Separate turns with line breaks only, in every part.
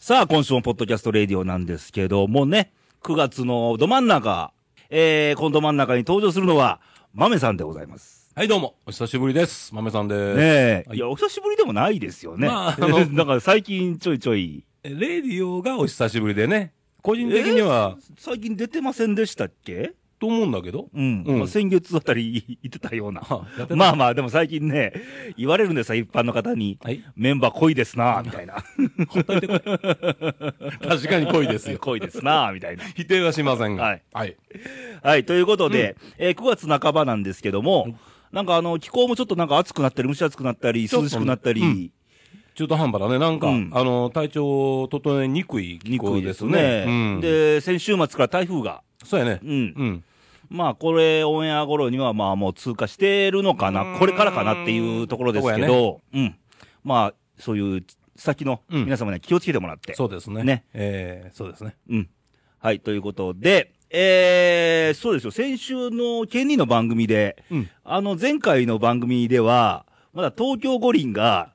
さあ、今週のポッドキャストレディオなんですけどもね、9月のど真ん中、えー、このど真ん中に登場するのは、豆さんでございます。
はい、どうも。お久しぶりです。豆さんです。
ねえ、
はい
いや、お久しぶりでもないですよね。
まああの
だから最近ちょいちょい、
えレディオがお久しぶりでね。個人的には、
最近出てませんでしたっけ
と思うんだけど。
うん。
うん
まあ、先月あたり 言ってたような。
あやってた
まあまあ、でも最近ね、言われるんですよ、一般の方に。
はい。
メンバー濃いですな、みたいな。
ほっといてくれ。確かに 濃いですよ。
濃いですな、みたいな。
否定はしませんが。
はい。
はい。
はい、ということで、えー9月半ばなんですけども、なんかあの、気候もちょっとなんか暑くなったり、蒸し暑くなったり、
ちょっと
涼しくなったり、
うん中途半端だね。なんか、
うん
あの、体調を整えにくい気
に
候
くい
で
ですすね。
ね。うん、
で、先週末から台風が、
そうやね
う。ん。
うん。
まあ、これ、オンエア頃には、まあ、もう通過してるのか
う
な、
ん
これからかなっていうところですけど、うん。まあ、そういう先の
うん
皆様には気をつけてもらって。
そうですね。
ね。
えー、そうですね。
うん。はい、ということで、えー、そうですよ、先週の県人の番組で、
うん
あの、前回の番組では、まだ東京五輪が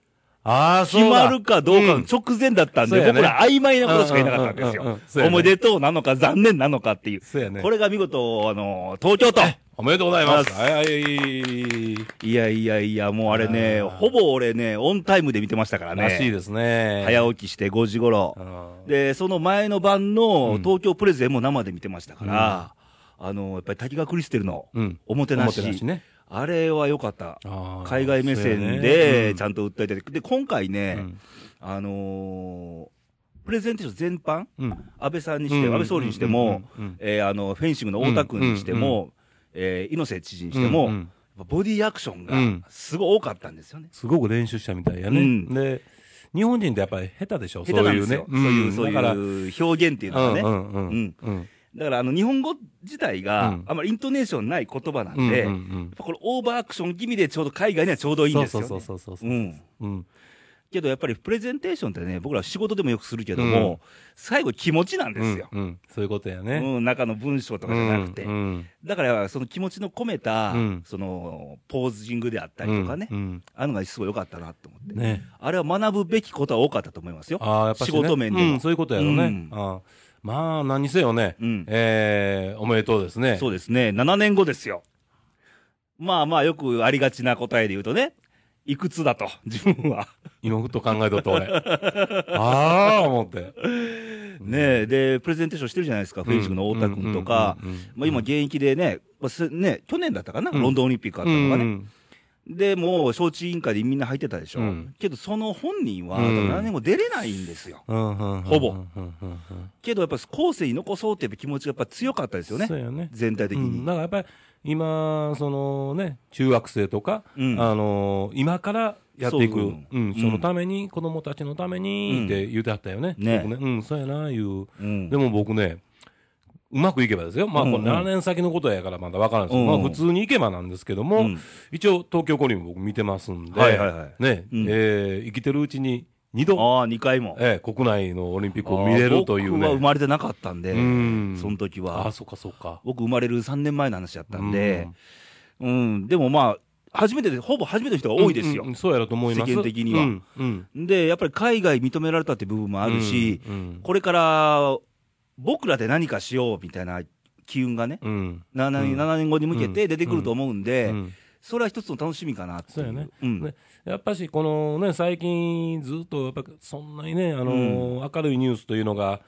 ああ、
決まるかどうかの
ん
直前だったんで、
そうやね
僕ら曖昧なことしか言えなかったんです
うんうんうん
よ
うんそう。やね
おめでとうなのか残念なのかっていう。
そうやね
これが見事、あの、東京都。
おめでとうございます。
あ
はい、はい。
いやいやいや、もうあれね、
あー
ほぼ俺ね、オンタイムで見てましたから
らしい
ね。
ですね。
早起きして5時頃
う。ん
で、その前の晩の
うん
東京プレゼンも生で見てましたから、あの、やっぱり滝川クリステルの
うん。
おもてなし、
ね。
あれは良かった。
あー
海外目線
そうやねう
で
ん
ちゃんと訴えてて、で、今回ね、
うん
あのープレゼンテーション全般、
うん
安倍さんにしても、
うん
安倍総理にしても、
うんうんうん
えーあの、フェンシングの太田君にしても、えー猪瀬知事にしても、
うんうん
やっぱボディアクショ
う
ン
ん
がすごい多かったんですよね。
すごく練習したみたいやね。
うん
で、日本人ってやっぱり下手でしょ、
下手なん
い
ですよ。
う
そう
ね。
い
ん
う、そう
だから
いう表現っていうのがね。
うんうんうんうん
だから、あの、日本語自体
う
が
ん、
あんまりイントネーションない言葉なん
うん
で、
うんう
やっ
ん
ぱこれオーバーアクション気味でちょうど海外にはちょうどいいん
そう
ですよ、ね。
そうそうそうそう。
うん。
うん。
けどやっぱりプレゼンテーションってね、僕ら仕事でもよくするけども、
うん
最後気持ちなんですよ。
うんうんそういうことや
う
ね。
ん、中の文章とかじゃなくて。
うん
だから、その気持ちの込めた、
うん
その、ポージングであった
う
り
ん
とかね、
うん
ああいうのがすごい良かったなと思って。
ね。
あれは学ぶべきことは多かったと思いますよ。
ああ、やっぱしね
仕事面では
うんそういうことやろ
う
ね
ん。
あーまあ、何にせよね
うん。
えーおめでとうですね。
そうですね、7年後ですよ。まあまあ、よくありがちな答えで言うとね、いくつだと、自分は。
今ふと考えとっ た俺。ああ、思って。
ねえ、で、プレゼンテーションしてるじゃないですか、フェイスブックの太田君とか
うんうんうんうん、
まあ今現役でね、まあすね、去年だったかな、
うん
ロンドンオリンピックあったのが
う
ね。
ん
で、もう、招致委員会でみんな入ってたでしょ
うん。
けど、その本人は、
うん
7年後出れないんですよ。
うんうんうん
ほぼ
うんうんうんうん
けど、やっぱ後世に残そうっていう気持ちがやっぱ強かったですよね
そう。やね。
全体的
う
に
ん。だからやっぱり、今、そのね、中学生とか、
うん
あのー今からやっていく、
そううそ
ん
ううん
そのために、子供たちのため
う
に
ん
って言うてはったよね。
ね
僕うん、そうやな、い
う
う。
ん
でも僕ね、うまくいけばですよ。まあ、これ
うんうん
7年先のことやからまだわからないですけど、
うんうん
まあ、普通にいけばなんですけども、
うん
一応、東京五輪も僕見てますんで、
はいはいはい
ね、
うん
えー生きてるうちに2度、
ああ、2回も。
えー国内のオリンピックを見れるという
僕は生
ね。
まれてなかったんで、
うん
その時
あ
は
あ、。そっかそっか。
僕生まれる3年前の話だったんで、うん、でもまあ、初めてで、ほぼ初めての人が多いですよ。
うんうんそうやろと思います。
世間的には
うんうん
で、やっぱり海外認められたって部分もあるし、
うんうん
これから僕らで何かしようみたいな機運がね、
うん。
7, 年
うん
7年後に向けて出てくると思うんで、
うん
それは一つの楽しみかなってい
そうやね
うん
ねやっぱし、このね、最近ずっと、やっぱそんなにね、あのー明るいニュースというのが、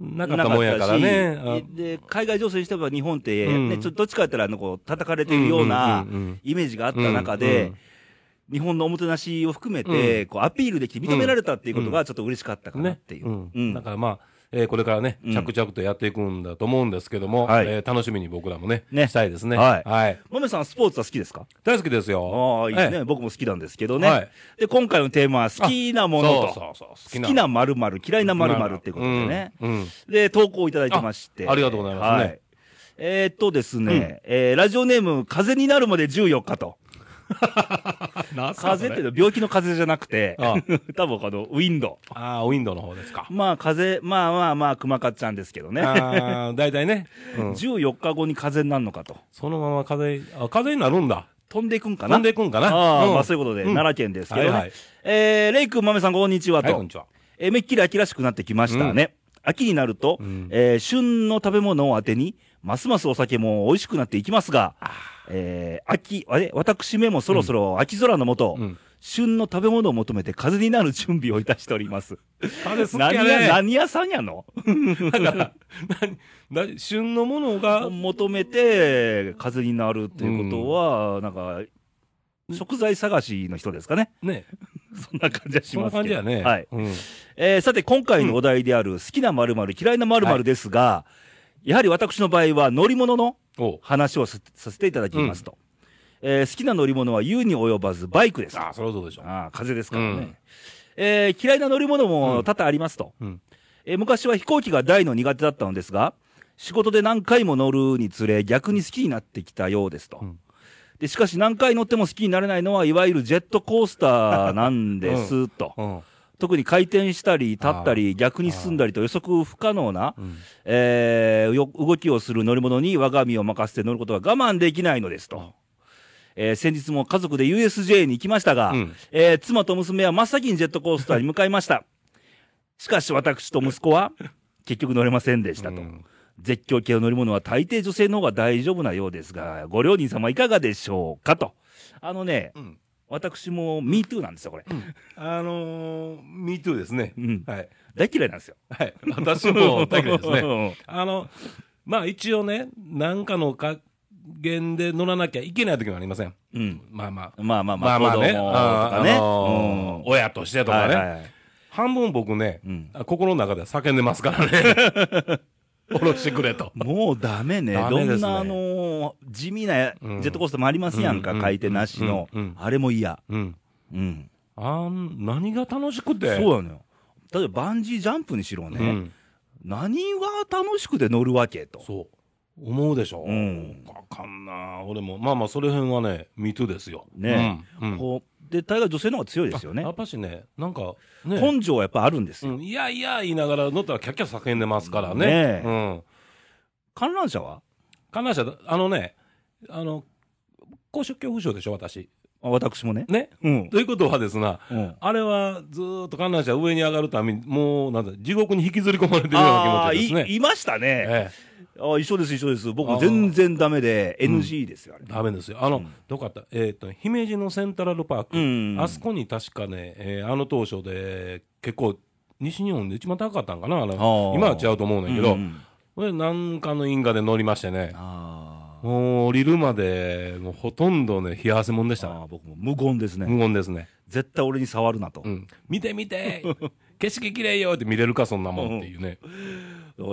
なかったもんやからね。
なかったしで、海外情勢にしては日本って、
うん
ね、ちょっとどっちかやったら、あの、こう、叩かれてるような
うんうんうんうん
イメージがあった中で、
うん
日本のおもてなしを含めて、こう、アピールできて認められたっていうこと
う
が、ちょっと嬉しかった
あ
かなっ
ね
ていう。
うん
うん
だからまあ、えーこれからね、
うん
着々とやっていくんだと思うんですけども、
はい
えー楽しみに僕らもね、
ね
したいですね。
はい
はい。
豆さん、スポーツは好きですか
大好きですよ。
ああ、いいですね、
ええ。
僕も好きなんですけどね。
はい
で、今回のテーマは、好きなものと。
そうそうそう。
好きな〇〇、嫌いな〇〇っていうことでね。
うんうん
で、投稿いただいてまして。
あありがとうございますね
はえーっとですね、えーラジオネーム、風になるまで14日と。風邪っていうのは病気の風邪じゃなくて
あ、
多分あの、ウィンド。
ああ、ウィンドウの方ですか。
まあ風邪、まあまあまあ、熊かっちゃんですけどね。
ああ、大体ね。うん
14日後に風邪になるのかと。
そのまま風邪、あ、風邪になるんだ。
飛んでいくんかな
飛んでいくんかな。
ああ、
ん
まあそういうことで、
ん
奈良県ですけどね。
はいはい
えー、レイ君、豆さん、こんにちはと。
はい、こんにちは。
えーめっきり秋らしくなってきましたね。秋になると、
うん
えー旬の食べ物を当てに、ますますお酒も美味しくなっていきますが、えー秋、あれ私めもそろそろ秋空のもと、
うん
旬の食べ物を求めて風になる準備をいたしております。
風好きや
何
ね
屋、何屋さんやの
だ旬のものが、
求めて風になるということは、なんか、食材探しの人ですかね。
ね、
そんな感じはし
そん
ま
な
すけど。
感じやね。
はい。
うん
えーさて、今回のお題である、好きな〇〇、嫌いな〇
は
〇ですが、やはり私の場合は乗り物の
おう
話をささせていただきますと。えー好きな乗り物は言うに及ばずバイクです。
ああ、それはどうでしょう。
ああ、風ですからね。
うん
えー嫌いな乗り物
う
も
ん
多々ありますと、
うん
えー昔は飛行機が大の苦手だったのですが、仕事で何回も乗るにつれ逆に好きになってきたようですと。
うん
で、しかし何回乗っても好きになれないのは、いわゆるジェットコースターなんです、と。
うん
特に回転したり、立ったり、逆に進んだりと予測不可能な、
うん
えーよ動きをする乗り物に我が身を任せて乗ることは我慢できないのですと。えー先日も家族で USJ に行きましたが、
うん
えー妻と娘は真っ先にジェットコースターに向かいま した。しかし私と息子は結局乗れませんでしたと。
うん
絶叫系の乗り物は大抵女性の方が大丈夫なようですが、ご両人様いかがでしょうかと。あのね、
うん
私も MeToo なんですよ、これ。
あのー、MeToo ですね
う。ん。
はい。
大嫌いなんですよ。
はい。私も大嫌いです ね。
ね。
あの、まあ一応ね、なんかの格言で乗らなきゃいけない時もありません。
うん。
まあまあ。
まあまあまあ、子供と
あ
か
ー
ね。
あのー
うん
親としてとか
はい
ね。
はいはい
半分僕ね、
うん
あ心の中で叫んでますからね。 おろしてくれと。
もうダメね。
ダ
ど
メですね
んな、あのー地味なジェ
うん
ットコースターもありますやんか、
うん
回転なしの
うんうん。
あれも嫌。
うん。
うん。
あん、何が楽しくて。
そうなのよ。例えばバンジージャンプにしろ
う
ね、
ん
何が楽しくて乗るわけと。
そう。思うでしょ。
うん
あかんな俺も。まあまあ、それ辺はね、ミトゥですよ。
ね
うん。うん
こうで、大概女性の方が強いですよね
や。っぱしね、なんか、ね。
根性はやっぱあるんですよ。
うん、いやいや言いながら乗ったらキャッキャ叫んでますからね。
ねえ
うん。
観覧車は
観覧車、あのね、あの、高所恐怖症でしょ、私。
あ私もね。
ね。
うん。
ということはですな、
うん
あれはずーっと観覧車上に上がるために、もう、なんだ、地獄に引きずり込まれてるような
ああ
気持ちです
ー、
ね。
い、いましたね。
え
あ一緒です、一緒です。僕も全然ダメで、
ー
NG ですよ、あれ
え、。ダメですよ。あの、どこあったえっ、と、姫路のセントラルパーク。
うん
あそこに確かね、えーあの当初で、結構、西日本で一番高かったんかなあれ
あー
今は違うと思うんだけど、
うんうん
これなんかの因果で乗りましてね。
あー
もう降りるまで、もうほとんどね、冷や汗もんでしたね。
あー、僕も無言ですね。
無言ですね。
絶対俺に触るなと
う。ん。見て見 て景色綺麗よって見れるか、そんなもんっていうね。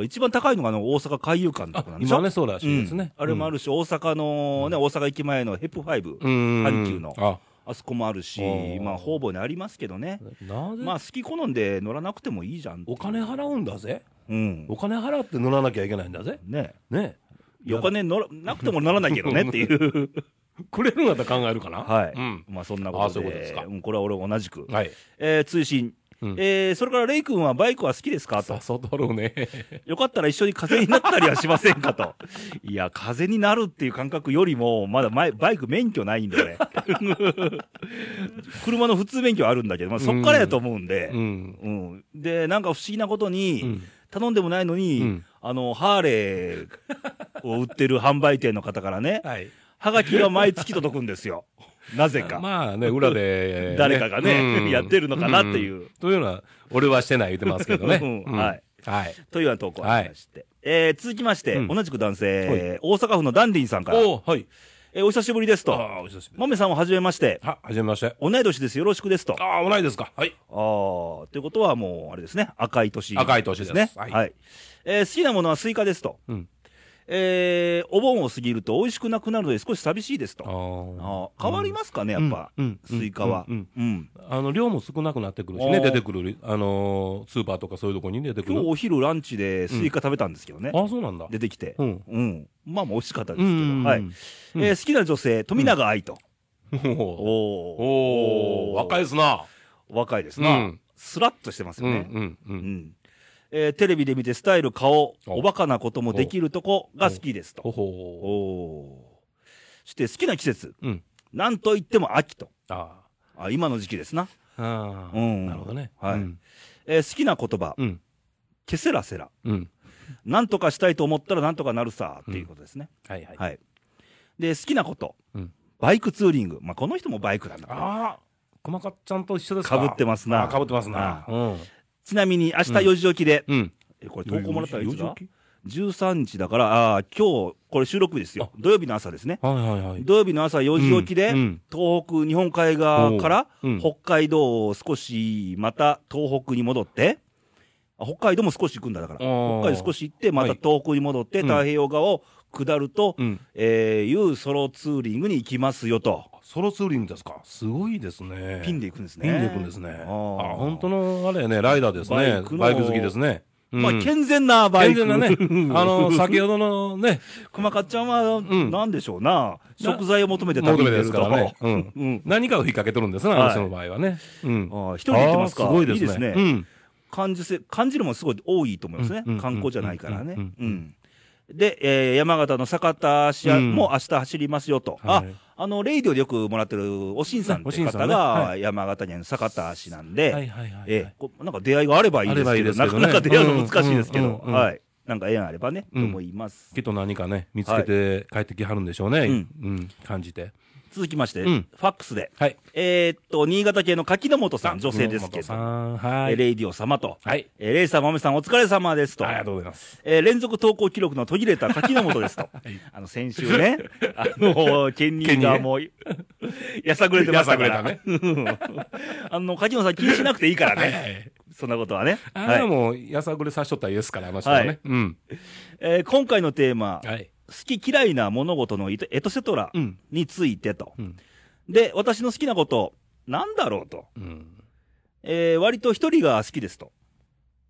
一番高いのがあの大阪海遊館とかなんでしょ
今ね、そうらしいですね。
うんあれもあ
る。
るし、大阪のね、大阪駅前のヘップ5、
うん。
阪急の
あ、
あそこもあるし
あ、ー
まあ、方々にありますけどね。
なぜ、
まあ、好き好んで乗らなくてもいいじゃん。
お金払うんだぜ。
うん。
お金払って乗らなきゃいけないんだぜ。
ね。
ね。
お金乗らなくてもならないけどねって いう。
くれるんだったら考えるかな。
はい。
うん。
まあ、そんな
あ
こ
ー
と
そういうことです
で
か、
うんこれは俺同じく。
はい。
えー通信。
うん
えーそれからレイ君はバイクは好きですかと
さ。そとるね。
よかったら一緒に風になったりはしませんかと。いや、風になるっていう感覚よりも、まだ前バイク免許ないんでね。 車の普通免許はあるんだけど、まあ、そっからやと思うんで。
う
うん
ん。
で、なんか不思議なことに、
うん
頼んでもないのに、
うん
あの、ハーレーを売ってる販売店の方からね、
はい。
はがきが毎月届くんですよ。なぜか。
まあね、裏で、
誰かがね
うん
やってるのかなっていう。
というのは、俺はしてない言ってますけどね
うん
うん
はい。
はい。
というような投稿がありまして。えー続きまして、
うん
同じく男
は
性、大阪府のダンディンさんから、
おはい。
えーお久しぶりです
あ
と。
あ、お久しぶり。
まめさんをはじめまして。
は、はじめまして。
同い年です。よろしくですと。あ
ああ、同いですか。はい。
あー、ということはもう、あれですね。赤い年、
赤い年です
ね。は。
はいい
えー好きなものはスイカですと。
うん。
えーお盆を過ぎると美味しくなくなるので少し寂しいですと。
あ
あ
あ。
ー変わりますかね、やっぱ、
うんうん
スイカは、
うん
うん
あの、量も少なくなってくるし
あ
ね、
ー
出てくる、あのー、スーパーとかそういうとこに出てく
今日
る。
お昼ランチでスイカ食べたんですけどね。
ああ、そうなんだ。
出てきて、
うん
まあまあ美味しかったです
う
けど。
ん。
はい。
うん
えー好きな女性、富永愛と。
おー
お
おー若い
い。
ですな。
若いですな。
うん
スラッとしてます
う
よ
ん、う
ね。
ん、う
うん
ん。
えーテレビで見てスタイル、顔、
お
おバカなこともできるとこが好きです
ほ
と。お
ほ
おーそして好きな季節、
ー。うん。
なんといっても秋と。
あ
あ今の時期ですな。
あ。ああ。
うん
なるほどね。
はい
うん
えー好きな言葉、
うん。
ケセラセラ。
うん。
なんとかしたいと思ったらなんとかなるさ、っていうことですね。
はいはい。
はい。で、好きなこと、
うん
バイクツーリング。まあ、この人もバイクなんだから。
ああ、細かっちゃんと一緒です
か
か。
ぶって
ま
ますな。
かぶってますな。うん。
ちなみに、明日4時起きで、
うん。
えこれ投稿もらったらいつだ
時起
?13 日だから、あー今日、これ収録日ですよ。土曜日の朝ですね。
きはいはいはい。
土曜日の朝4時起きで、
うんうん
東北、日本海側から、
おううん
北海道を少し、また東北に戻って、あ北海道も少し行くんだ、だから。
あー
北海道少し行って、また
はい
東北に戻って、
うん
太平洋側を下ると、
うん。
えーいうソロツーリングに行きますよと。
ソロツーリングですか。すごいですね。
ピンで行くんですね。
ピンで行くんですね。あ
あ
あ
ー、
本当の、あれやね、ライダーですね
バイク。の
バイク好きですね。うん
まあ、健全なバイク。
健全 なね、あの、先ほどのね、
熊かっちゃんは、
ん
なんでしょうな、食材を求めて旅
求
に
め
出
です
る
か
と。
らね。う
うんん。
何かを引っ掛けとるんですね、あ
は
の
い
人の場合はね。うん。
ああ一人で行きますか
ああすごいですね。
いいですね
うん。
感じせ、感じるもすごい多いと思いますね
うんうん。
観光じゃないからね。
う
うんんで、えー山形の酒田市
うん
も明日走りますよと。
は
あ
い、
あの、レイディオでよくもらってるおしんさん
お
っ
し
て
んさ
方
んねは
が山形にある酒田市なん
はい
で、
はいはいは
えー
い。
こなんか出会いがあればいいで
あ
す
ればいい
け
で
ど、
すけ
な
ど
か
ね
なか出会うの難しいですけ
うんうん
ど、
うんうん
はい。なんか縁あればね、
う
と
ん
思います。
きっと何かね、見つけて帰ってきはるんでしょうね。
い
うん。感じて。
続きまして、
うん
ファックスで。
はい。
えーっと、新潟県の柿本さん、女性ですけ
野本さ
ど、
んは
えー
い。
レイディオ様と、
はい。
えーレイさん、マメさん、お疲れ様ですと
あり、がとうございます。
えー連続投稿記録の途切れた柿本 ですと、あの、先週ね、あの、県人がもう、やさぐれてましたから、
やさ
あの、柿本さん気にしなくていいから
はいは
ね、
い。
そんなことはね。
あ
は
れはいもう、やさぐれさしとったらいいですから、あの人は
はい。
ねうん。
えー今回のテーマ、
はい。
好き嫌いな物事のエトエトセトラ
うん。
についてと、
うん。
で、私の好きなこと、なんだろうと。
うん。
えー割と一人が好きですと。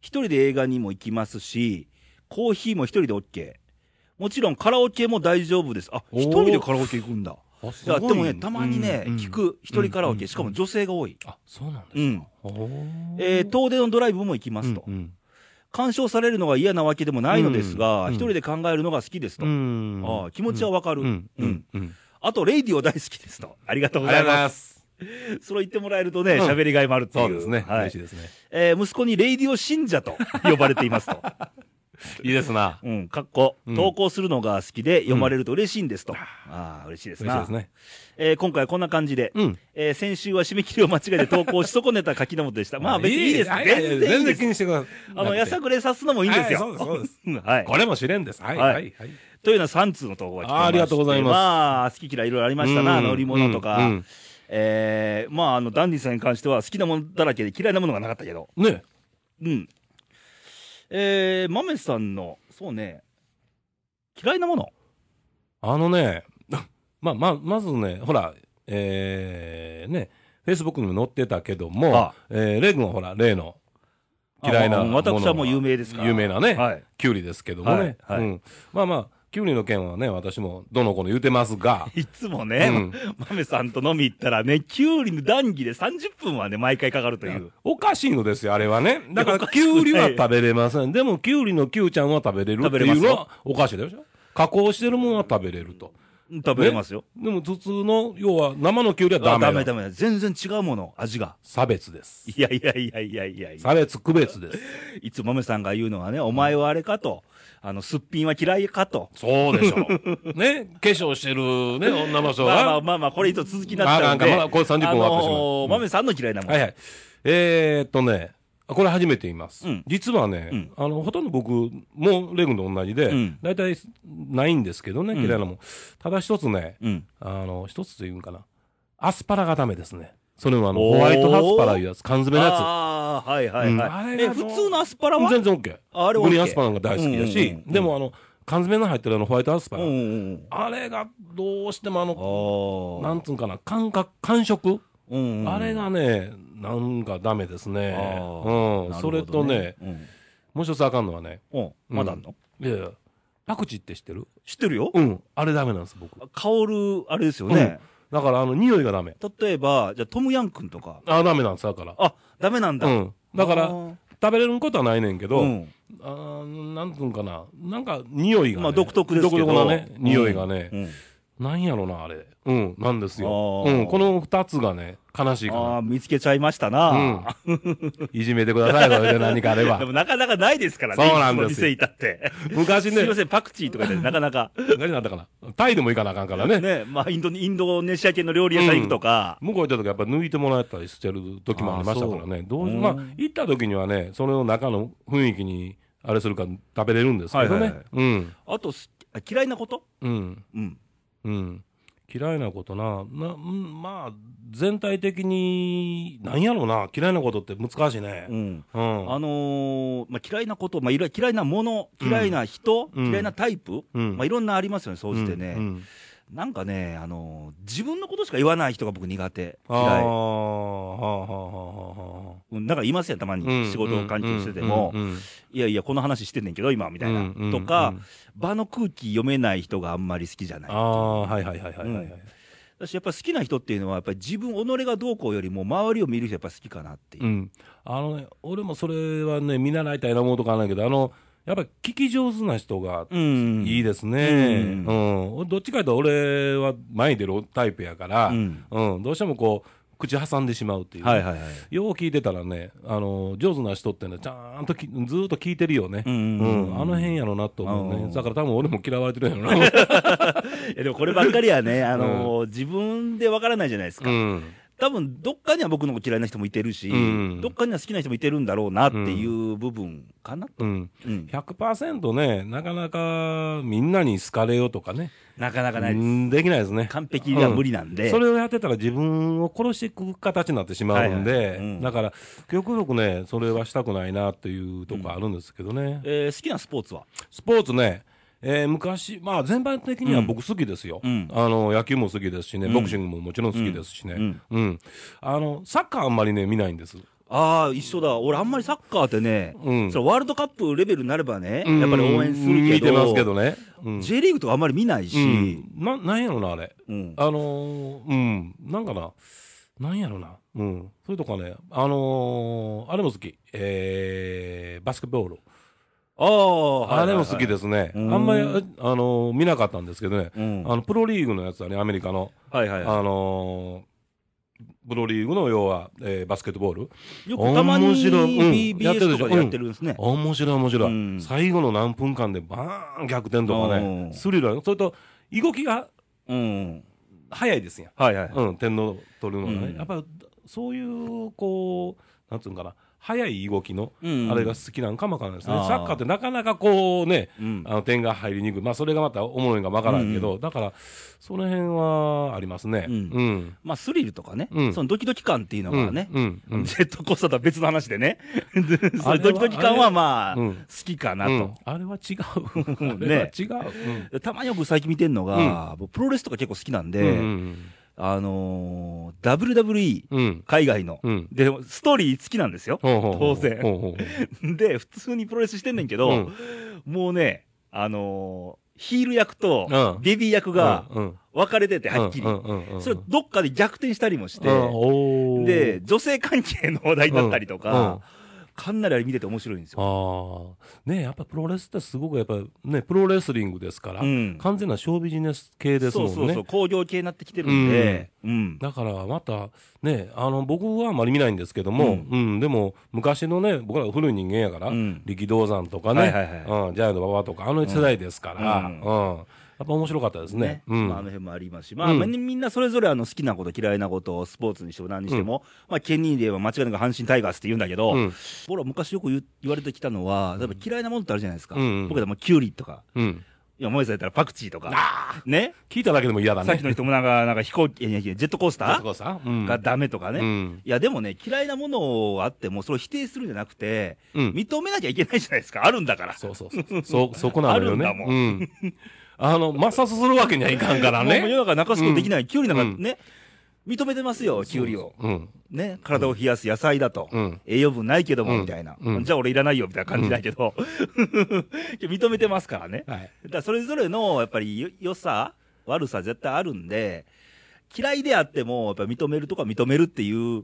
一人で映画にも行きますし、コーヒーも一人で OK。もちろんカラオケも大丈夫です。あ、
おー
一人でカラオケ行くんだ。
あ、
いや、でもね、たまにね、
うん
聞。く一人カラオ
うん
ケ、しかも女性が多い。
あ、そうな
う
んです。
ん。
おー
えー遠出のドライブも行きますと。
うんうん
干渉されるのが嫌なわけでもないのです
う
が、
ん
一人で考えるのが好きですと。
うん
あー気持ちはわかる。
うん。
う
うんん。うん。
あと、レイディオ大好きですと。ありがとうございます。
す。
それ言ってもらえるとね、
うん
喋りがいもあるっていう。
そうですね。
は
嬉
い
しい。ですね。
えー息子にレイディオ信者と呼ばれています と。
いいですな。
うん、かっこ
うん、
投稿するのが好きで読まれると嬉しいんですと。ああ、嬉しいです
嬉しい
な。
ですね。
えー今回はこんな感じで、
うん。
えー先週は締め切りを間違えて投稿し損ねた柿の本 でした。まあ別にいいです。
や
全
やや
然いい
全
で
然
す
気。にしてください。
あの、やさ
く
ぐれさすのもいいんですよ。
はいそうで す
うんはい。
これも試練です。はい。
はい
はい。はい
というような3通の投稿が来てま
あーありがとうございます
まあ、好き嫌いいろいろありましたな。
うん
乗り物とか。
うんうん
えーまあ、あの、ダンディさんに関しては好きなものだらけで嫌いなものがなかったけど。
ね。
うん。えー、豆さんの、そうね、嫌いなもの。
あのね、 まあ、まあ、まずね、ほら、えー、ね、フェイスブックにも載ってたけども、
あ
えー、レイ君はほら、例の嫌いな
あ
も
ま
の
あ私はもう有名ですから。
有名なね、
はい。
キュウリですけどもね。
はいはい、
うん、まあまあ、キュウリの件はね、私もどの子の言うてますが
いつもね、
うん
豆さんと飲み行ったらね、キュウリの談義で30分はね、毎回かかるという。
おかしいのですよ、あれはね。だか
いやお
ら、
かしく
キ
ない
ュウリは食べれません。でも、キュウリのキュウちゃんは食べれるって
食べれ
い
ま
う
す
のは
よ
おかしいでしょ加工してるものは食べれると。
食べれますよ。
でも、頭痛の、要は生のキュウリはダ
あ
メ
ダ
だ
メダメだ。全然違うもの、味が。
差別です。
いやいやいやいやいやいや。
差別、区別です。
いつも豆さんが言うのはね、お前はあれかと、あの、すっぴんは嫌いかと。
そうでしょう。 ね、化粧してるね、女の人
まあまあ
が。
まあまあ、これ一応続きになっちゃうんで。
まあなんかまだこれ30分終わってしま
あ
う
のー
うん
豆さんの嫌いなもの。
はいはい。えー、っとね、あこれ初めて言います。
うん
実はね、
うん
あの、ほとんど僕もレグンと同じで
うん、
大体、ないんですけどね、
うん
嫌いなもん。ただ一つね、
うん。
あの、一つというんかな。アスパラがダメですね。それはあの、ホワイトアスパラいうやつ、缶詰のや
ああ、はいはいはい。
うん
え、普通のアスパラ
つ。
は
全然 OK。
あれは OK
グリーンアスパラが大好きだし、
うんうんうん
でもあの、缶詰の入ってるあのホワイトアスパ
う
ラ。
んうんうん。
あれがどうしてもあ
あ
の、
ー
なんつうんかな、感覚、感触、
うんうん
あれがね、なんかダメですね。
あ
うん。それとね、、
なるほどね
もう一つあかんのはね、
うんうんまだあんの、
いやいや、パクチーって知ってる
知ってるよ、
うん。あれダメなんです、僕。
香る、あれですよね、
だから、あの、匂いがダメ。
例えば、じゃあ、トムヤン君とか、
あ、ダメなんです、だから。
あダメなんだ、
うん。だか
あ
ら、
ー
食べれることはないねんけど、
うん
あーなんつうんかな、なんか、匂いが、ね。
まあ、独特ですけど、
独特なね、匂いがね、
うんうん
なんやろな、あれ。うん、なんです
あ
よ。う
ー
ん、この二つがね、悲しい
あ
か
あ、見つけちゃいましたな。
な。 うん。いじめてください、それで何かあれ
で
ば。
もなかなかないですからね。
そうなんですよ
いつも店いたって。す
昔
い
ね
ま、せん、パクチーとかでなかなか。
何だったかな。タイでも行かなあかんからね。
ね、まあ、インドに、インドネシア系の料理屋さん行くとか。
向こう行った時やっぱ抜いてもらったりしてる時もありましたからね。どう
うん
まあ、行った時にはね、その中の雰囲気に、あれするから食べれるんですけど
はいはいは
ね
い。
うん。
あと、す嫌いなこと
うん。
うん。
うん、嫌いなことなな、うんまあ、全体的に、なんやろうな、嫌いなことって難しいね
う。ん。
うん、
あのーまあ、嫌いなこと、まあ、いろいろ嫌いなもの、嫌いな人、
うん
嫌いなタイプ、
うん
まあ、いろんなありますよね、そうしてね。
うんうん
なんかね、あのー自分のことしか言わない人が僕苦手。
あーはあ
嫌い。
はあはあはあは
うんなんかいますやん、たまに。
あ
仕事関係してても、いやいや、この話してんねんけど、今、みたいな。とか、場の空気読めない人があんまり好きじゃない。
ああー、はいはいはいはいはいは
うん
い。
私、やっぱ好きな人っていうのは、やっぱり自分、己がどうこうよりも、周りを見る人やっぱ好きかなっていう
う。ん、あのね、俺もそれはね、見習いたいな思うとかあるんだけど、あの、やっぱり聞き上手な人が
うん
いい
で
ですね。
うん
うん。俺どっちかというと俺は前に出るタイプやから、
う
うんん。どうしてもこう、口挟んでしまうっていう。
はいはいはい。
よう聞いてたらね、あの、上手な人ってね、ちゃんときずーっと聞いてるよね。
う
うんん。あの辺やろなと思う
うん
ね。だから多分俺も嫌われてるんやろ
い
な。
やでもこればっかりは ね、あのー自分でわからないじゃないですか。
うん。
多分、どっかには僕のこと嫌いな人もいてるし、
うん
どっかには好きな人もいてるんだろうなっていう部分かな。
うん。
うん。
100%ね、なかなかみんなに好かれようとかね。
なかなかな
う
いです。
んできないですね。
完璧は無理なんで。
それをやってたら自分を殺していく形になってしまうんで、
はいはいうん
だから、極力ね、それはしたくないなっていうとこあるんですけどね。
えー好きなスポーツは
スポーツね、えー昔、まあ全般的には僕好きですよ。
うん
あの、野球も好きですしね、
うん
ボクシングももちろん好きですしね。
う
うんん。あの、サッカーあんまりね、見ないんです。
ああ、一緒だ。俺あんまりサッカーってね、
うん
そのワールドカップレベルになればね、やっぱり応援するけど。
うん見てますけどね。うん。
J リーグとかあんまり見ないし、
うん、な、なんやろな、あれ。
うん
あのーうん、なんかな、なんやろな、うん、それとかね、あのーあれも好き、えー、バスケットボール、
ああ、はい
あれも好き
はい
ですね、
うん
あんまり、あのー見なかったんですけどね、
うん
あのプロリーグのやつはね、アメリカの、
はいはいは
あのープロリーグの要は、えーバスケットボール、
い。よくたまに
面白いうん
B-
やってる
BS
でし
と
ょ
かでやってるんですね。
面白い、面白い、
うん
最後の何分間でバーン逆転とか
う
ね
ん、
スリラー、それと動きが
うん。
早いですやん。
はいはい。
うん、天皇取るのがね、
うん
やっぱそういうこうなんつうんかな早い動きの
うん
あれが好きなんかもわからないですね、
あー
サッカーってなかなかこうね
うん
あの点が入りにくい、まあ、それがまたおもろいんかもわからんけど、だからその辺はありますね
う
うんん
まあスリルとかね、
うん
そのドキドキ感っていうの
うん
がね、
うんうん
ジェットコースターとは別の話でね、 そ
あ
れ
れは
ドキドキ感はまあ、
あれはうん
好きかな
うん
と。
あれは違う
ね
あれは違う、
たまによく最近見てんのが、僕プロレスとか結構好きなん
うん
で、あのー WWE、
うんうん
海外の。
うんうん
で、ストーリー好きなんですよ。
ほうほうほ
当
う
然
ほうほうほう
で、普通にプロレスしてんねんけど、
うん
もうね、あのーヒール役と
うん
ベビー役が
うんうん
分かれてて、はっきり
う。んうんうん
それどっかで逆転したりもし
うん
て、
おー
で、女性関係の話題になったりと
うんうん
か、かなりあれ見てて面白いんですよ。
ああ、ねやっぱプロレスってすごくやっぱね、プロレスリングですから、
うん
完全なショービジネス系ですもんね。
そうそうそう、工業系になってきてるんで、うん。
だからまた、ね、あの、僕はあまり見ないんですけど
う
も、うんん、でも、昔のね、僕ら古い人間やから、
うん
力道山とかね、
はいはいは
うん、ジャイアント馬場とか、あの世代ですから、
う
うんん、やっぱ面白かったですね。
ね
うん。
まあ、あの辺もありますし、まあ、
うん
みんみんなそれぞれあの好きなこと、嫌いなこと、スポーツにしても何にしても、まあ、ケニーで言えば間違いなく阪神タイガースって言うんだけど、
うん
僕ら昔よく言う言われてきたのは、例えば嫌いなものってあるじゃないですか。
うんうん
僕らもキュウリとか、
うん。
いや、萌えさんやったらパクチーとか、ね、
聞いただけでも嫌だね。
さっきの人もなんか、なんか飛行機、いやいやジェットコースタ
徹子さんう
ー
ん。
がダメとかね。
うん
いや、でもね、嫌いなものはあっても、それを否定するんじゃなくて、
うん
認めなきゃいけないじゃないですか。あるんだから。
そうそうそう。そ、そこなのよね。
あるんだも
うん。あの、摩擦するわけにはいかんから ね。
もう世の中中すことできない。キュウリなん
う
かね、認めてますよ、キュウリを。
うん。
ね、体を冷やす野菜だと、
うん
栄養分ないけども、
うん
みたいな、
うん
じゃあ俺いらないよ、みたいな感じだけど、 認めてますからね。
はい。
だからそれぞれの、やっぱりよ良さ、悪さ絶対あるんで、嫌いであっても、やっぱ認めるとか認めるっていう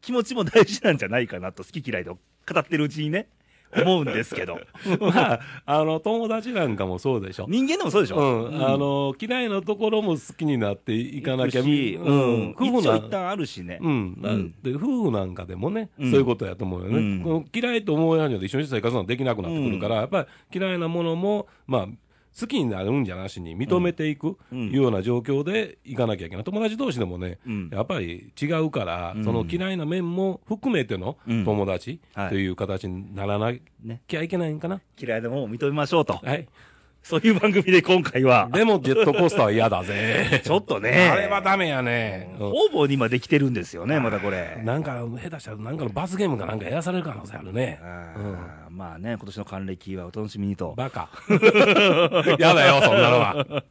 気持ちも大事なんじゃないかなと、好き嫌いと語ってるうちにね、思うんですけ ど。
まあ、あの、友達なんかもそうでしょ。
人間で もそうでし
う
ょ
ん、あの、嫌いなところも好きになっていかなきゃ
行くしう
うん
ん。
夫婦
一
な
長
ん
一短あるしね。
うん、な
うん
で夫婦なんかでもね、
うん
そういうことやと思うよね、
うん
この嫌いと思うようになって一緒に生活なんてできなくなってくるから、やっぱり嫌いなものも、まあ、好きになるんじゃなしに認めていく
うん
いうような状況でいかなきゃいけない、友達同士でもね、
うん
やっぱり違うから、
うん
その嫌いな面も含めての
うん
友達
はい
という形にならな
ね
きゃいけないんかな、
嫌いでも認めましょうと。
はい、
そういう番組で今回は、、
でもジェットコースターは嫌だぜ
ちょっとね、
あれはダメやね。うん
方々に今できてるんですよね、まだこれ。
なんか、下手したら、なんかの罰ゲームかなんかやらされる可能性あるね。
あーまあね、今年の還暦はお楽しみにと。
バカ。 やだ よ、そんなのは。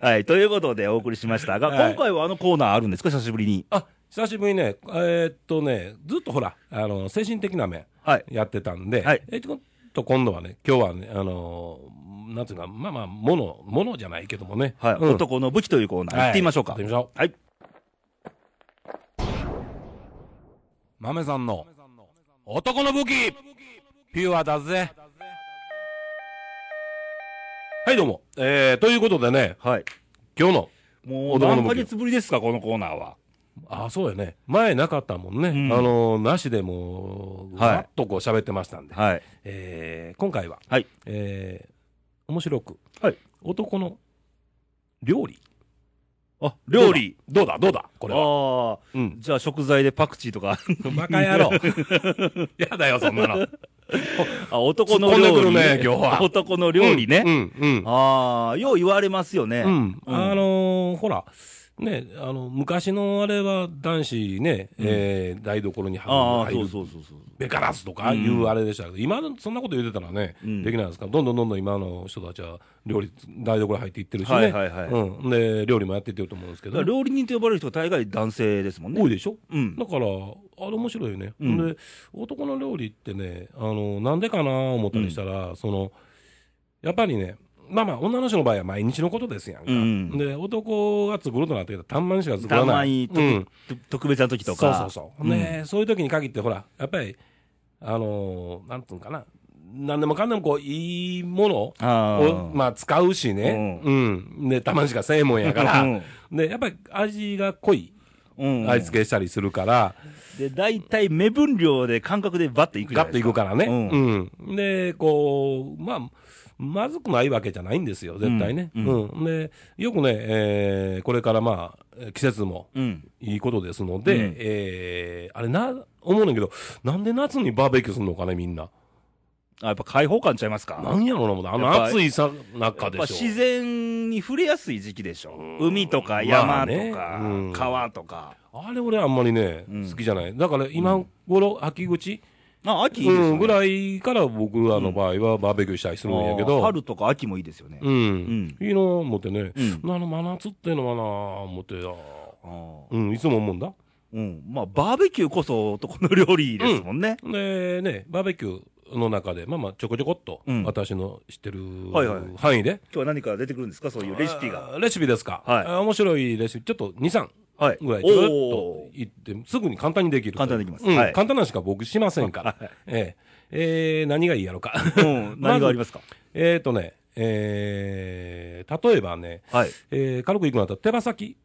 はい、ということでお送りしましたが、
はい
今回はあのコーナーあるんですか、久しぶりに。
あ、久しぶりにね、えーっとね、ずっとほら、あの、精神的な面
はい。
やってたんで、
はい
えーちょっと今度はね、今日はね、あのー、なんていうか、まあまあ、もの、ものじゃないけどもね。
はい、
うん
男の武器というコーナー、行ってみましょうか。
はい行ってみましょう
はい。
豆さんの、男の武器、ピュアだぜ。はい、どうも。えー、ということでね、
はい。
今日の、
もう
男の武
何
器
ヶ月ぶりですか、このコーナーは。
あそうやね。前なかったもんね。
ん
あの、なしでもう、
はい
わっとこう喋ってましたんで。
はい。
えー今回は、
はい。
えー面白く、
はい
男の料理。
あ、料理。
どうだ、どうだ、これは。
ああ、
うん。
じゃあ食材でパクチーとか、
バカ野郎。 やだよ、そんなの。
あ、男の
突っ込んでく
料
る
理。
ね今日 は
男の料理ね。
うん、うん。
ああ、よう言われますよね。
うん、
うん
あのーほら、ね、あの、昔のあれは男子ね、えー台所に
あ
入
あ、
る
そうそうそうそう。
ベカラスとかいうあれでしたけど、今のそんなこと言ってたらね、
うん
できないですから、どんどんどんどん今の人たちは料理、台所入っていってるしね、
はいはいはい
うん、で料理もやっていってると思うんですけ
だか
ど、
ら料理人と呼ばれる人は大概男性ですもんね。
多いでしょ、
うん。
だから、あれ面白いよね、
うん
で男の料理ってね、あのなんでかな思ったりしたら、そのやっぱりね、まあまあ、女の人の場合は毎日のことですやんか、
うん
で男が作るとなってきたら、たんまにしか作ら
た
ない。
まに特、
うん
特別な時とか。
そうそうそう、ねそういう時に限ってほらやっぱりあのーなんつうのかな何でもかんでもこういいものを
ああ。
まあ、使うしね、
う
うんでたまにしかせえもんやから、
うん
でやっぱり味が濃い
うん
味付けしたりするから、
で、大体目分量で感覚でバッといくじゃ
ガ
ないで
ッと
す
い
か。
くからね、
う
うんでこうまあまずくないわけじゃないんですよ絶対ね、
う
うんんでよくね、えーこれからまあえー季節も
うん。
いいことですので、
うん
えーあれな、思うねんけど、なんで夏にバーベキューするのかね、みんな。
あ、やっぱ開放感ちゃいますか
なんやろうな、もうあ
やっ
の
ぱ
暑いさ
や
中
っ
で
ぱ
し
自
ょ。
然に触れやすい時期でしょ。
うん
海とか
ま
山と
あね
か、
うん
川とか。
あれ俺あんまりね、
うん
好きじゃない。だから今頃、秋口、
あ、秋いいです
う
よ、ね
んぐらいから僕らの場合はバーベキューしたりするんやけ
あー
ど、
春とか秋もいいですよね。
うん、
うん
いいなぁ思ってね、
うん
あの真夏っていうのはなぁ思ってよ、
あー
うん、いつも思うんだ。
うん。まあ、バーベキューこそ男の料理ですもんね。
でね、バーベキューの中で、まあまあちょこちょこっと
うん、
私の知ってる
はいはい
範囲で、
今日は何か出てくるんですかそういうレシピが。
あー。レシピですか。
はい
あー面白いレシピ、ちょっと2、3
はい。
ぐらい、
お
ずっ
ー
といって、すぐに簡単にできる。
簡単にできます
うん
はい
簡単なしか僕しませんから。えええー何がいいやろか。
うん、何がありますか、
えっとね、えー例えばね、
はい。
えー軽くいくのだったら手羽先。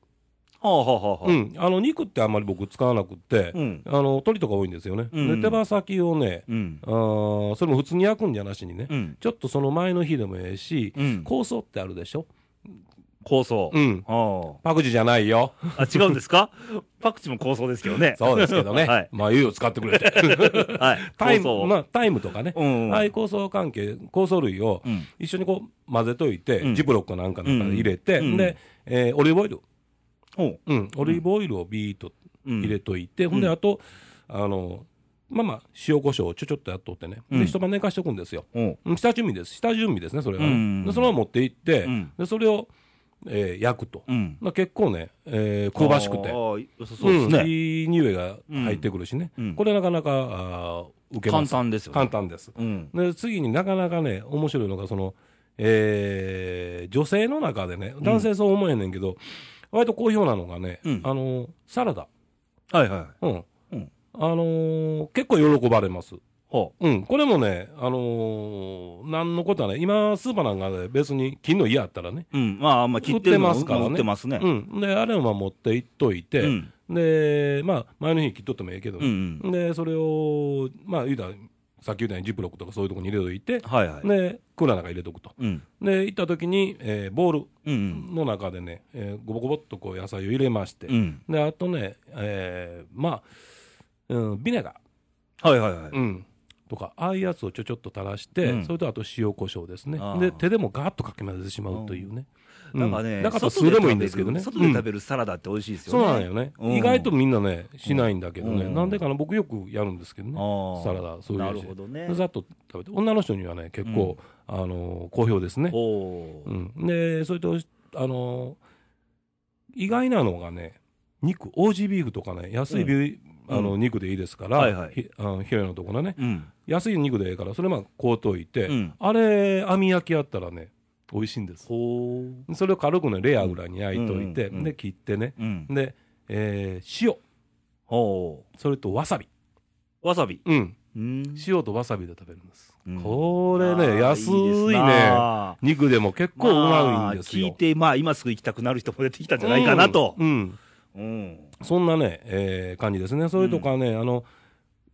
はあはあはあはあ。
うん。あの、肉ってあんまり僕使わなくって、
うん
あの、鶏とか多いんですよね。
うんうん
で手羽先をね、
うん。
あーそれも普通に焼くんじゃなしにね、
うん。
ちょっとその前の日でもええし、
うん
香草ってあるでしょ
構想。
うん
あ
パクチーじゃないよ。
あ。あ、違うんですか パクチーも構想ですけどね。
そうですけどね。
はい。
まあ、いいよ、使ってくれて。
はい。
タイ
構想
ム、まあ、タイムとかね。
うん
ああいう香草関係、香草類を
うん
一緒にこう混ぜといて、
うん
ジップロックかなんかなんかで入れて、
うん
で、えーオリーブオイル。
ほう。
うん、オリーブオイルをビーッと
うん
入れといて、ほんで、
うん
あと、あの、まあまあ、塩コショウをちょちょっとやっとってね。
うん
で、一晩寝かしておくんですよ。
ほう。
うん下準備です。下準備ですね、それはね、
うん
で、そのまま持って行って、
うん
で、それを、えー焼くと。
うん。
まあ結構ね、えー香ばしくて。
ああ、良さそうですね。
んいい匂いが入ってくるしね、
うん
これなかなかあー受けま
簡
す
単ですよね。
簡単です
うん。
で次になかなかね面白いのがその、えー女性の中でね男性そう思えねんけど、割と好評なのがね、
うん
あのサラダ、
はいは
うん
い。うん。
あのー結構喜ばれます
ほ
うん、これもね、あのーなんのことはね、今、スーパーなんかで別に金の家あったらね、
う。うん。まあ、まあ、切ってるの
売ってますからね
売ってますね。
うん、で、あれをまあ持って行っといて、
うん。
で、まあ、前の日に切っとってもええけど
う
ね、
ん。
で、それを、まあ、言うたら、さっき言ったようにジップロックとかそういうとこに入れといて、
はいはい。
で、クーラーなんか入れとくと。
うん。
で、行った時に、えーボー
うんう
ル
ん。
の中でね、えー、ごぼごぼっとこう野菜を入れまして、
うん。
で、あとね、えーまあ、うん、ビネガー。
はいはいはい。
うん、とかああいうやつをちょちょっと垂らして、
うん
それとあと塩コショウですね
あー
で手でもガーッとかき混ぜてしまうというね、う
なんかね、
だか
外
ら酢でもいいんですけどね
食べる外で
うん
食べるサラダって美味しいですよ
そ
ね。
うなんよね、
うん
意外とみんなねしないんだけどね、
うん
なんでかな僕よくやるんですけどね、
あー
サラダそういう
な
やつ
るほどね
で。ざっと食べて女の人にはね結構、あのー好評ですね、
おー
うん、でそれとあのー意外なのがね肉オージービーフとかね安いビ、
うん
あの肉でいいですから、
はいはい
ひあの広いのところね
うん。
安い肉でええからそれまあこうといて、
うん
あれ網焼きやったらね美味しいんです
ほー
それを軽くねレアぐらいに焼いといて、
うんうんうん
で切ってね
うん。
で、えー塩
ほ
それとわさび、
う。わさび。
うん、
うん
塩とわさびで食べるんです、
うん
これね
あー
安い
です
ね
な
肉でも結構うまいんですよ、
まあ聞いて、まあ、今すぐ行きたくなる人も出てきたんじゃないかなと。
うんうん
うん。
そんなね、えー感じですねそれとかね、あの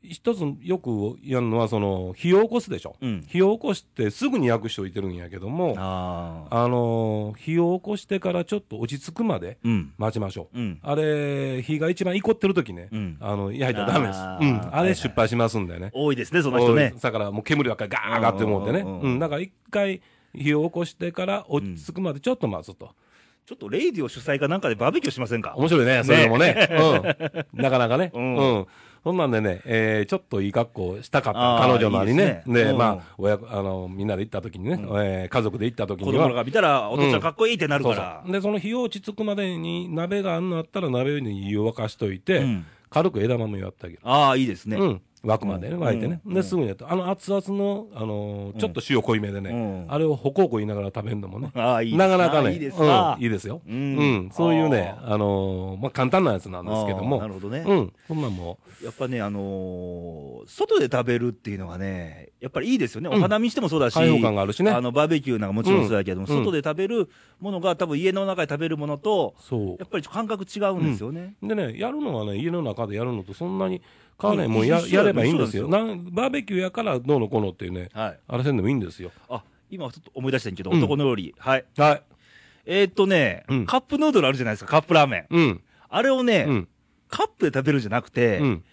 一つよくやるのはその火を起こすでしょ
うん。
火を起こしてすぐに焼く人いてるんやけども
ああ。
あのー火を起こしてからちょっと落ち着くまで
うん。
待ちましょう。
うん。
あれ、火が一番いこってる時ね、
うん
あの、焼いたらダメです。
あ
う
ー
ん。あれ失敗しますんでね。
多いですね、その人ね
お。だからもう煙ばっかりガーッ上がってもうてね。
うんうんうん
うん。だから一回火を起こしてから落ち着くまでちょっと待つと。
ちょっとレイディオ主催かなんかでバーベキューしませんか
面白いね、それもね。 うん。なかなかね。
う
うんん。そんなんでね、えーちょっといい格好をしたかった
あー
彼女なりね。
いいですね
で、
うん
まあ、親子、あの、みんなで行った時にね、えー家族で行った時
子
に
供
は
ら、が見たら、お父ちゃんかっこいいってなる
そう
から
そう。でその火を落ち着くまでに鍋があんのあったら鍋に湯を沸かしといて、
うん
軽く枝豆をやってあげる、
ああ、いいですね。
うん、沸くまでね
うん
沸いてね、
うん
ですぐにやってあの熱々の、あのーちょっと塩濃いめでね、
うん
あれをほこほこ言いながら食べるのもね、
ああ、いいです
なかなかね
いいです
う、
なん
いいですよ、
う
うんんそういうね、あのーまあ、簡単なやつなんですけども
あーなるほどね
うん、そんなんも
やっぱね、あのー外で食べるっていうのがね、やっぱりいいですよね。
うん
お花見してもそうだし、
開放感があるしね
の、バーベキューなんかもちろんそうだけども、
うんうん
外で食べるものが多分家の中で食べるものと、
そ
やっぱり感覚違うんですよね。
うでねやるのはね家の中でやるのとそんなに変わらない、
うん
もうや
一緒だよ
やればいいんですよ
そう
なんバーベキューやからどうのこうのっていうね
はい。
あれせんでもいいんですよ
あ、今ちょっと思い出したんやけど、
うん
男の料理。はい。
はい
えー、っとね、
うん
カップヌードルあるじゃないですか、カップラーメン。
うん
あれをね、
うん
カップで食べるんじゃなくて、
うん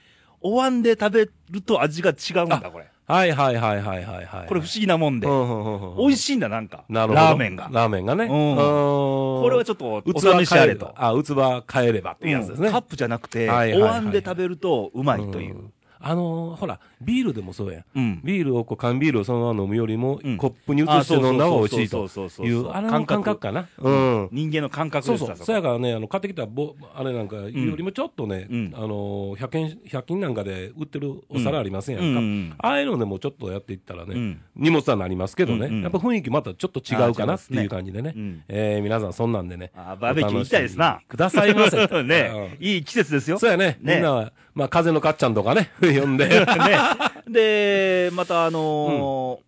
お椀で食べると味が違うんだ、これ。
はいはいはいはいはいはい。
これ不思議なもんで。
思
美味
し
しいんだ、なんか。
いなるほど。
ラーメンが。
ラーメンがね。
ん
こ
これは
ち
ちょっと、
器
お試しあれと
変。えればあ、器変えればっていうやつですね。
うんカップじゃなくて、
はいはいはい
お椀で食べるとうまいという。
んあのー、ほら、ビールでもそうやん。
うん
ビールをこう缶ビールをそのまま飲むよりも、
うん
コップに移して飲んだ方が美味しい
あそう
と
そうそうそうそう
い
そうそう
う、あれの感覚かな。う
うん
ん。
人間の感覚
そ
で
う
す
そう。
あこ
そやからね、あの、買ってきたぼ、あれなんかよりもちょっとね、
うん
あのー、100均、100均なんかで売ってるお皿ありませんや
うん
か。
ん
ああいうのでもちょっとやっていったらね、
うん
荷物はなりますけどね、
うんうん
やっぱ雰囲気またちょっと違うかなって
あー違います
い
ね
う感じでね、
うん
えー皆さんそんなんでね、
あーバーベキュー行きたいですな。
お楽しみくださいませ
ね、いい季節です
う
よ。
んそうやね、
ね
みんなは、まあ、風のかっちゃんと かね、呼んで、
ね。で、またあの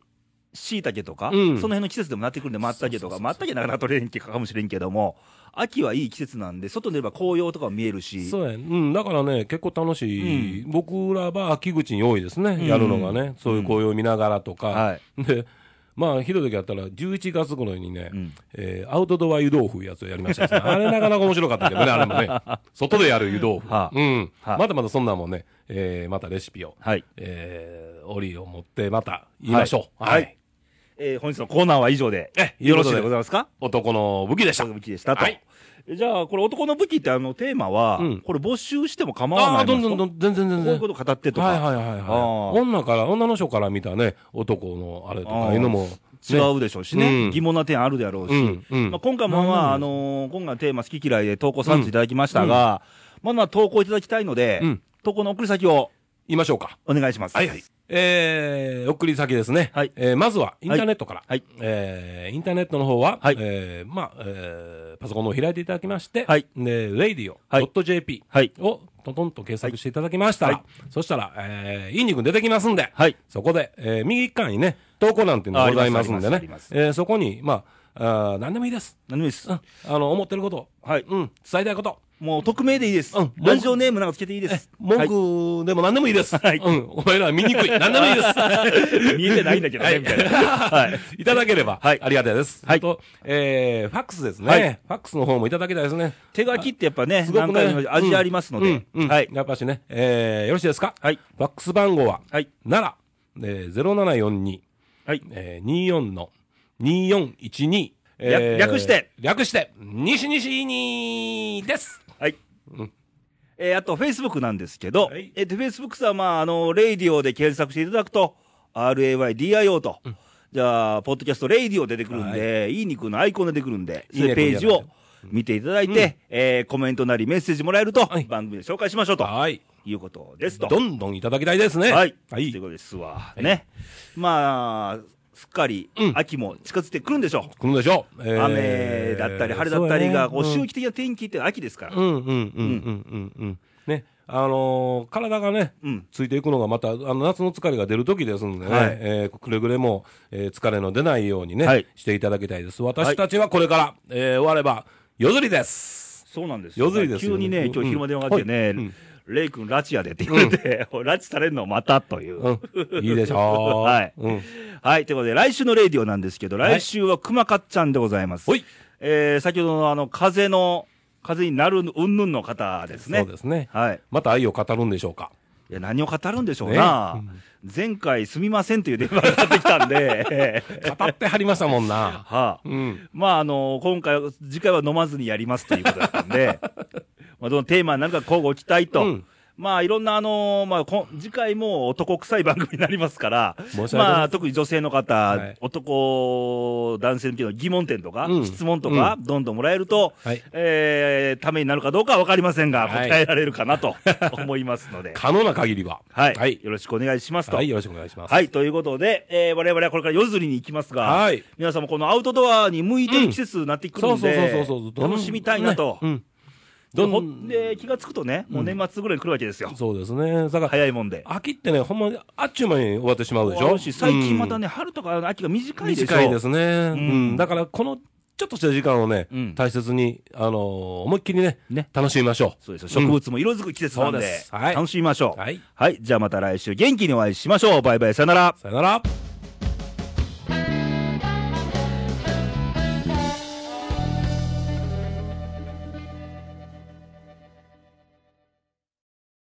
しいたけとか、
うん
その辺の季節でもなってくるんで、まったけと
そうそうそうそ
か、
う
まったけなかなか取れへんかもしれんけども、秋はいい季節なんで、外に出れば紅葉とかも見えるし、
そうや、うん、だからね、結構楽しい、僕らは秋口に多いですね、
ん
やるのがね、そういう紅葉見ながらとか、
は
で、まあ、ひどい時やったら、11月頃にね、
うん
えーアウトドア湯豆腐いうやつをやりました ですね、あれなかなか面白かったけどね、あれもね、外でやる湯豆腐、
はあ
うん
はあ
まだまだそんなんもね、えーまたレシピを、
はい。
えー、折を持ってまた言いましょう。
はいはいえー本日のコーナーは以上で、
え
よろしいでございますか
男の武器でした。
武器でしたと。
はい
じゃあ、これ男の武器ってあのテーマは、
うん
これ募集しても構わ
あ
な
あ、
い
ど
ん
ん
です
ど
か
んどん、全然全然。
こういうこと語ってとか、
はいはいはい
あ
は
ー
い。女から、女の人から見たね、男のあれと
あー
かいうのも、
違うでしょうしね、
うん
疑問な点あるであろうし、
うんうん
まあ、今回もまあ、あのー今回のテーマ好き嫌いで投稿させていただきましたが、まだ投稿いただきたいので、
うん
投稿の送り先を
言いましょうか。
お願いします。
はいはい。。えー、送り先ですね。
はい
えーまずは、インターネットから。
はい
えーインターネットの方は、
はい
えーまあ、えーパソコンの方を開いていただきまして、
はい
で、radio.jp
はい
をトントンと検索していただきましたら、
はい
そしたら、えー、インニ君出てきますんで、
はい。
そこで、えー右側にね、投稿なんていうのがございますんで
ああ
ね
りますありますあります、
えーそこに、まあ、あー何でもいいです。
何でもいいです
う。ん、あの、思ってること、
はい。
うん、伝えたいこと、
もう匿名でいいです
うん。
ラジオネームなんかつけていいです。はい
文句でも何でもいいです。
はい
うん、お前らは見にくい。何でもいい です。
見えてないんだけど ね、みたいな。はい。
いただければ、
はい
ありがたいです。
はい
と、えー、ファックスですね、
はい
ファックスの方もいただきたいですね。
手書きってやっぱね、
すご
何
く
回も言
ね
いまし、た味ありますので
うんう。ん
はい。
やっぱしね、えー、よろしいですか
はい。
ファックス番号は、
はい。
なら、えー、0742、
はい。
えー、24の2412、えー
略略して
略して、西西にです。
はい
うん。
えーあと、Facebook なんですけど、
はい
えっと、Facebook さんは、まあ、あの、レイディオで検索していただくと、RAYDIO と、じゃあ、ポッドキャストレイディオ出てくるんで、いい肉のアイコン出てくるんで、
いい
そうい
ね
うページ
これ
を
じ
見ていただいて、えーコメントなりメッセージもらえると、
はい
番組で紹介しましょうと
はい。
いうことですと。
どんどんいただきたいですね。
はい。
はい
という。ことですわ。ね。まあ、すっかり
うん
秋も近づいてくるんでしょう。
来るんでしょう。
雨
えー
だったり晴れだったりが、こう、
そうやね
周期的な天気って秋ですから。
うんうんうんうんうんうん。ね。あのー体がね、
うん
ついていくのがまた、あの、夏の疲れが出る時ですのでね、
はい
えーくれぐれも、えー疲れの出ないようにね、
はい
していただきたいです。私たちはこれから、えー終われば、夜釣りです。
そうなんです
夜釣りですよ
急にね、今日昼間電話があってね、
うん
レイ君拉致やでって言われて、 拉致されるのまたという。
うん。いいでしょう。
はい
うん。
はい、ということで、来週のレイディオなんですけど、
は
来
い
週は熊かっちゃんでございます。
ほい。
えー、先ほどのあの、風の、風になるうんぬんの方ですね。
そうですね。
はい。
また愛を語るんでしょうか。
いや、何を語るんでしょうな。前回すみませんという電話がかかってきたん で、
語ってはりましたも ん
は
な。
あ、
うん。
まあ、あの、今回、次回は飲まずにやりますということだったん で、まあ、どのテーマになるか交互期待と、
うん
まあ、いろんな、あの、まあ、こ次回も男臭い番組になりますから
申、し訳ない
まあ、特に女性の方、
はい
男、男性向けの疑問点とか、
うん
質問とか、どんどんもらえると、
はい
えーためになるかどうかはわかりませんが、
はい
答えられるかなと思います ので、
可能な限りは。
はい、
はい。
よろしくお願いしますと。
はい。よろしくお願いします。
はい、ということで、えー、我々はこれから夜釣りに行きますが、
はい
皆さんもこのアウトドアに向いてる季節になってくるんで、楽しみたいなと。
うんね
で
うん
ほ
ど
ん
ん
で、気がつくとね、もう年末ぐらいに来るわけですよ
うん。そうですね。だから、
早いもんで。
秋ってね、ほんまにあっちゅう間に終わってしまうでし
も
ょ。
う最近また
ね、
ね、春とか秋が短いでしょ。
短いですね。うんん。だから、このちょっとした時間をね
うん、
大切に、あのー、思いっきりね
ね、
楽しみましょ
そうですよ。植物も色づく季節なんで、
そうですはい
楽しみましょう。
う。はい。
はい、じゃあまた来週元気にお会いしましょう。バイバイ、さよなら。
さよなら。